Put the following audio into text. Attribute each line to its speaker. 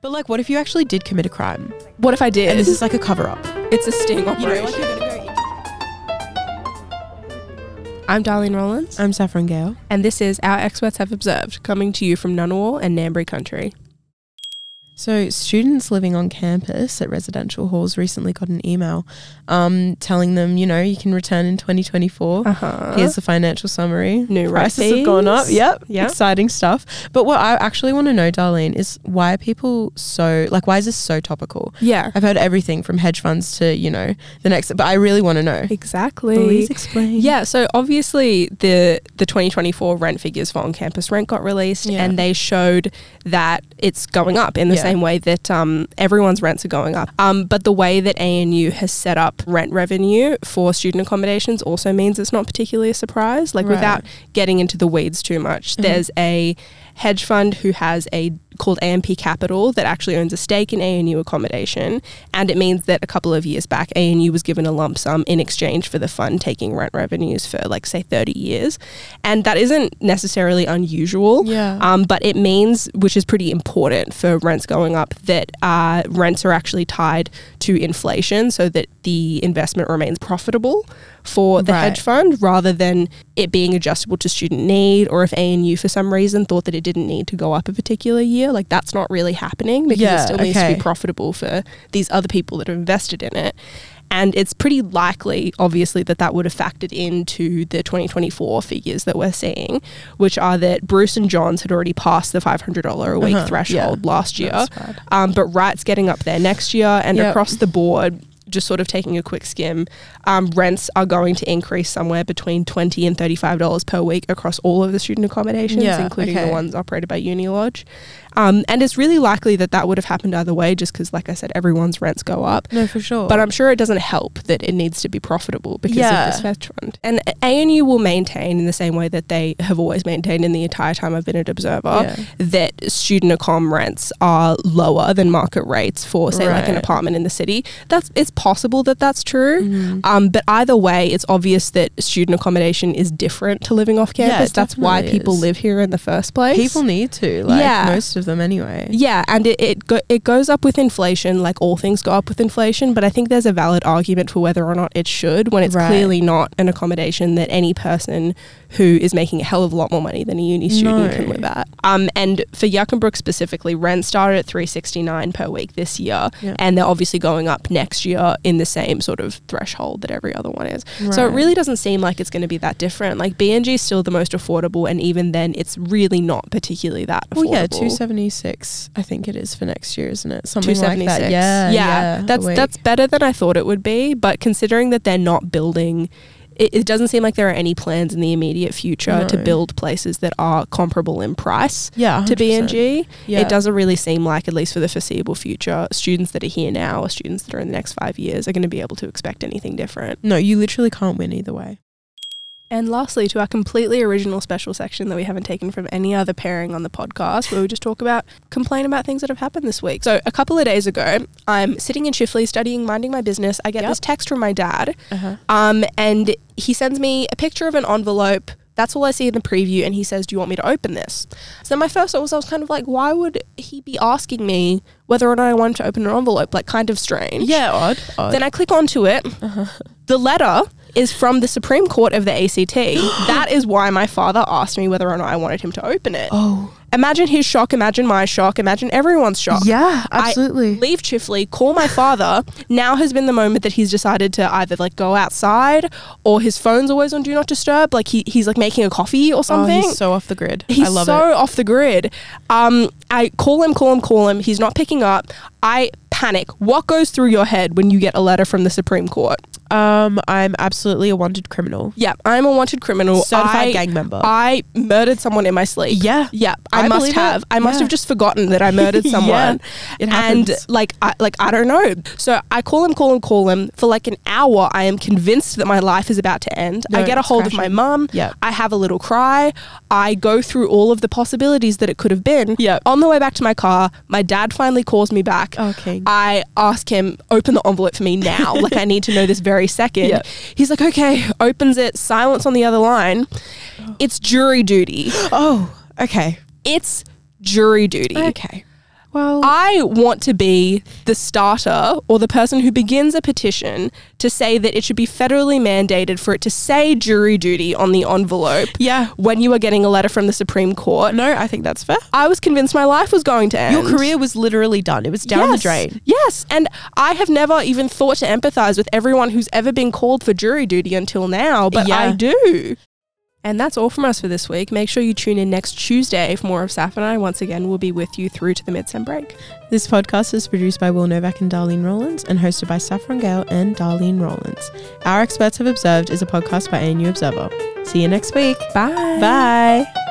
Speaker 1: But like, what if you actually did commit a crime?
Speaker 2: What if I did?
Speaker 1: And this is like a cover up.
Speaker 2: it's a sting
Speaker 1: You know,
Speaker 2: operation.
Speaker 1: like you're gonna go. in-
Speaker 2: I'm Darlene Rollins,
Speaker 1: I'm Saffron Gale.
Speaker 2: and this is Our Experts Have Observed, coming to you from Ngunnawal and Ngambri Country.
Speaker 1: So, students living on campus at residential halls recently got an email um, telling them, you know, you can return in 2024.
Speaker 2: Uh-huh.
Speaker 1: Here's the financial summary.
Speaker 2: New
Speaker 1: Prices have gone up.
Speaker 2: rates.
Speaker 1: Yep.
Speaker 2: Yeah.
Speaker 1: Exciting stuff. But what I actually want to know, Darlene, is why are people so, like, why is this so topical?
Speaker 2: Yeah.
Speaker 1: I've heard everything from hedge funds to, you know, the next, but I really want to know.
Speaker 2: Exactly.
Speaker 1: Please explain.
Speaker 2: Yeah, so obviously the the 2024 rent figures for on campus rent got released,
Speaker 1: Yeah.
Speaker 2: and they showed that it's going up in the
Speaker 1: Yeah.
Speaker 2: same way that um, everyone's rents are going up. Um, but the way that ANU has set up rent revenue for student accommodations also means it's not particularly a surprise. Like
Speaker 1: Right.
Speaker 2: without getting into the weeds too much, there's a hedge fund who has a called AMP Capital that actually owns a stake in ANU accommodation. And it means that a couple of years back, ANU was given a lump sum in exchange for the fund taking rent revenues for, like, say, 30 years. And that isn't necessarily unusual.
Speaker 1: Yeah.
Speaker 2: Um, but it means, which is pretty important for rents going up, that uh, rents are actually tied to inflation so that the investment remains profitable for the
Speaker 1: Right.
Speaker 2: hedge fund rather than it being adjustable to student need or if ANU for some reason thought that it didn't need to go up a particular year. Like that's not really happening because
Speaker 1: Yeah,
Speaker 2: it still needs to
Speaker 1: okay.
Speaker 2: be profitable for these other people that have invested in it. And it's pretty likely, obviously, that that would have factored into the 2024 figures that we're seeing, which are that Bruce and Johns had already passed the $500 a week
Speaker 1: Uh-huh,
Speaker 2: threshold
Speaker 1: yeah.
Speaker 2: last year.
Speaker 1: That's bad.
Speaker 2: Um, but Wright's getting up there next year, and
Speaker 1: Yep.
Speaker 2: across the board, just sort of taking a quick skim, um, rents are going to increase somewhere between twenty and thirty-five dollars per week across all of the student accommodations,
Speaker 1: Yeah,
Speaker 2: including
Speaker 1: okay.
Speaker 2: the ones operated by Uni Lodge. Um, and it's really likely that that would have happened either way, just because, like I said, everyone's rents go up.
Speaker 1: No, for sure.
Speaker 2: But I'm sure it doesn't help that it needs to be profitable because
Speaker 1: Yeah.
Speaker 2: of this fetch fund. And ANU will maintain in the same way that they have always maintained in the entire time I've been an observer
Speaker 1: Yeah.
Speaker 2: that student accom rents are lower than market rates for say like an
Speaker 1: Right. Mm-hmm.
Speaker 2: apartment in the city. That's it's possible that that's true. Um, but either way, it's obvious that student accommodation is different to living off
Speaker 1: Yeah, it
Speaker 2: campus. that's why
Speaker 1: definitely
Speaker 2: people
Speaker 1: is.
Speaker 2: live here in the first place.
Speaker 1: People need to, like,
Speaker 2: Yeah.
Speaker 1: most of them anyway.
Speaker 2: Yeah, and it it, go, it goes up with inflation, like all things go up with inflation. But I think there's a valid argument for whether or not it should, when it's
Speaker 1: Right.
Speaker 2: clearly not an accommodation that any person who is making a hell of a lot more money than a uni student
Speaker 1: No.
Speaker 2: can live at. Um, and for Yuckenbrook specifically, rent started at three sixty nine per week this year,
Speaker 1: Yeah.
Speaker 2: and they're obviously going up next year in the same sort of threshold that every other one is. So it
Speaker 1: Right.
Speaker 2: really doesn't seem like it's going to be that different. Like BNG is still the most affordable, and even then, it's really not particularly that. affordable.
Speaker 1: Well, yeah, two seventy six. I think it is for next year, isn't it? Something like that.
Speaker 2: 276.
Speaker 1: Yeah, yeah.
Speaker 2: That's
Speaker 1: Wait.
Speaker 2: that's better than I thought it would be, but considering that they're not building it, it doesn't seem like there are any plans in the immediate future to
Speaker 1: No.
Speaker 2: build places that are comparable in price
Speaker 1: yeah
Speaker 2: to
Speaker 1: 100%.
Speaker 2: BNG.
Speaker 1: Yeah.
Speaker 2: It doesn't really seem like, at least for the foreseeable future, students that are here now or students that are in the next five years are going to be able to expect anything different.
Speaker 1: No, you literally can't win either way.
Speaker 2: And lastly, to our completely original special section that we haven't taken from any other pairing on the podcast, where we just talk about, complain about things that have happened this week. So, a couple of days ago, I'm sitting in Chifley studying, minding my business. I get
Speaker 1: Yep.
Speaker 2: this text from my dad,
Speaker 1: Uh-huh.
Speaker 2: um, and he sends me a picture of an envelope. That's all I see in the preview, and he says, "Do you want me to open this?" So my first thought was, I was kind of like, "Why would he be asking me whether or not I wanted to open an envelope? Like, kind of strange."
Speaker 1: Yeah, odd. odd.
Speaker 2: Uh, Then I click onto it.
Speaker 1: Uh-huh.
Speaker 2: The letter is from the Supreme Court of the ACT. that is why my father asked me whether or not I wanted him to open it.
Speaker 1: oh,
Speaker 2: Imagine his shock, imagine my shock, imagine everyone's shock.
Speaker 1: yeah,
Speaker 2: I
Speaker 1: Oh. absolutely.
Speaker 2: leave Chifley, call my father. now has been the moment that he's decided to either like go outside or his phone's always on do not disturb. Like he, he's like making a coffee or
Speaker 1: oh,
Speaker 2: something.
Speaker 1: he's so off the grid.
Speaker 2: He's
Speaker 1: I love
Speaker 2: so
Speaker 1: it.
Speaker 2: off the grid. Um, I call him, call him, call him. He's not picking up. I panic. What goes through your head when you get a letter from the Supreme Court?
Speaker 1: Um, I'm absolutely a wanted criminal,
Speaker 2: Yeah, I'm a wanted criminal.
Speaker 1: certified
Speaker 2: I,
Speaker 1: gang member.
Speaker 2: I murdered someone in my sleep.
Speaker 1: Yeah.
Speaker 2: yeah. I,
Speaker 1: I
Speaker 2: must
Speaker 1: believe it.
Speaker 2: have. I must
Speaker 1: Yeah.
Speaker 2: have just forgotten that I murdered
Speaker 1: Yeah.
Speaker 2: someone.
Speaker 1: It
Speaker 2: and
Speaker 1: happens.
Speaker 2: like, I, like I don't know. So I call him, call him, call him for like an hour. I am convinced that my life is about to end.
Speaker 1: No,
Speaker 2: I get a
Speaker 1: it's
Speaker 2: hold of
Speaker 1: crashing.
Speaker 2: my mum.
Speaker 1: Yeah.
Speaker 2: I have a little cry. I go through all of the possibilities that it could have been.
Speaker 1: Yeah.
Speaker 2: On the way back to my car, my dad finally calls me back.
Speaker 1: Okay.
Speaker 2: I ask him, open the envelope for me now. like I need to know this very second.
Speaker 1: Yeah.
Speaker 2: He's like, okay, opens it, silence on the other line. It's jury duty.
Speaker 1: oh, okay,
Speaker 2: It's jury duty.
Speaker 1: okay. Well,
Speaker 2: I want to be the starter or the person who begins a petition to say that it should be federally mandated for it to say jury duty on the envelope
Speaker 1: yeah.
Speaker 2: when you are getting a letter from the Supreme Court.
Speaker 1: No, I think that's fair.
Speaker 2: I was convinced my life was going to end.
Speaker 1: Your career was literally done. It was down
Speaker 2: yes,
Speaker 1: the drain.
Speaker 2: Yes. And I have never even thought to empathize with everyone who's ever been called for jury duty until now, but
Speaker 1: Yeah.
Speaker 2: I do. And that's all from us for this week. Make sure you tune in next Tuesday for more of Saf and I. Once again, we'll be with you through to the midsem break.
Speaker 1: This podcast is produced by Will Novak and Darlene Rollins and hosted by Saffron Gale and Darlene Rollins. Our Experts Have Observed is a podcast by ANU Observer. See you next week.
Speaker 2: Bye.
Speaker 1: Bye.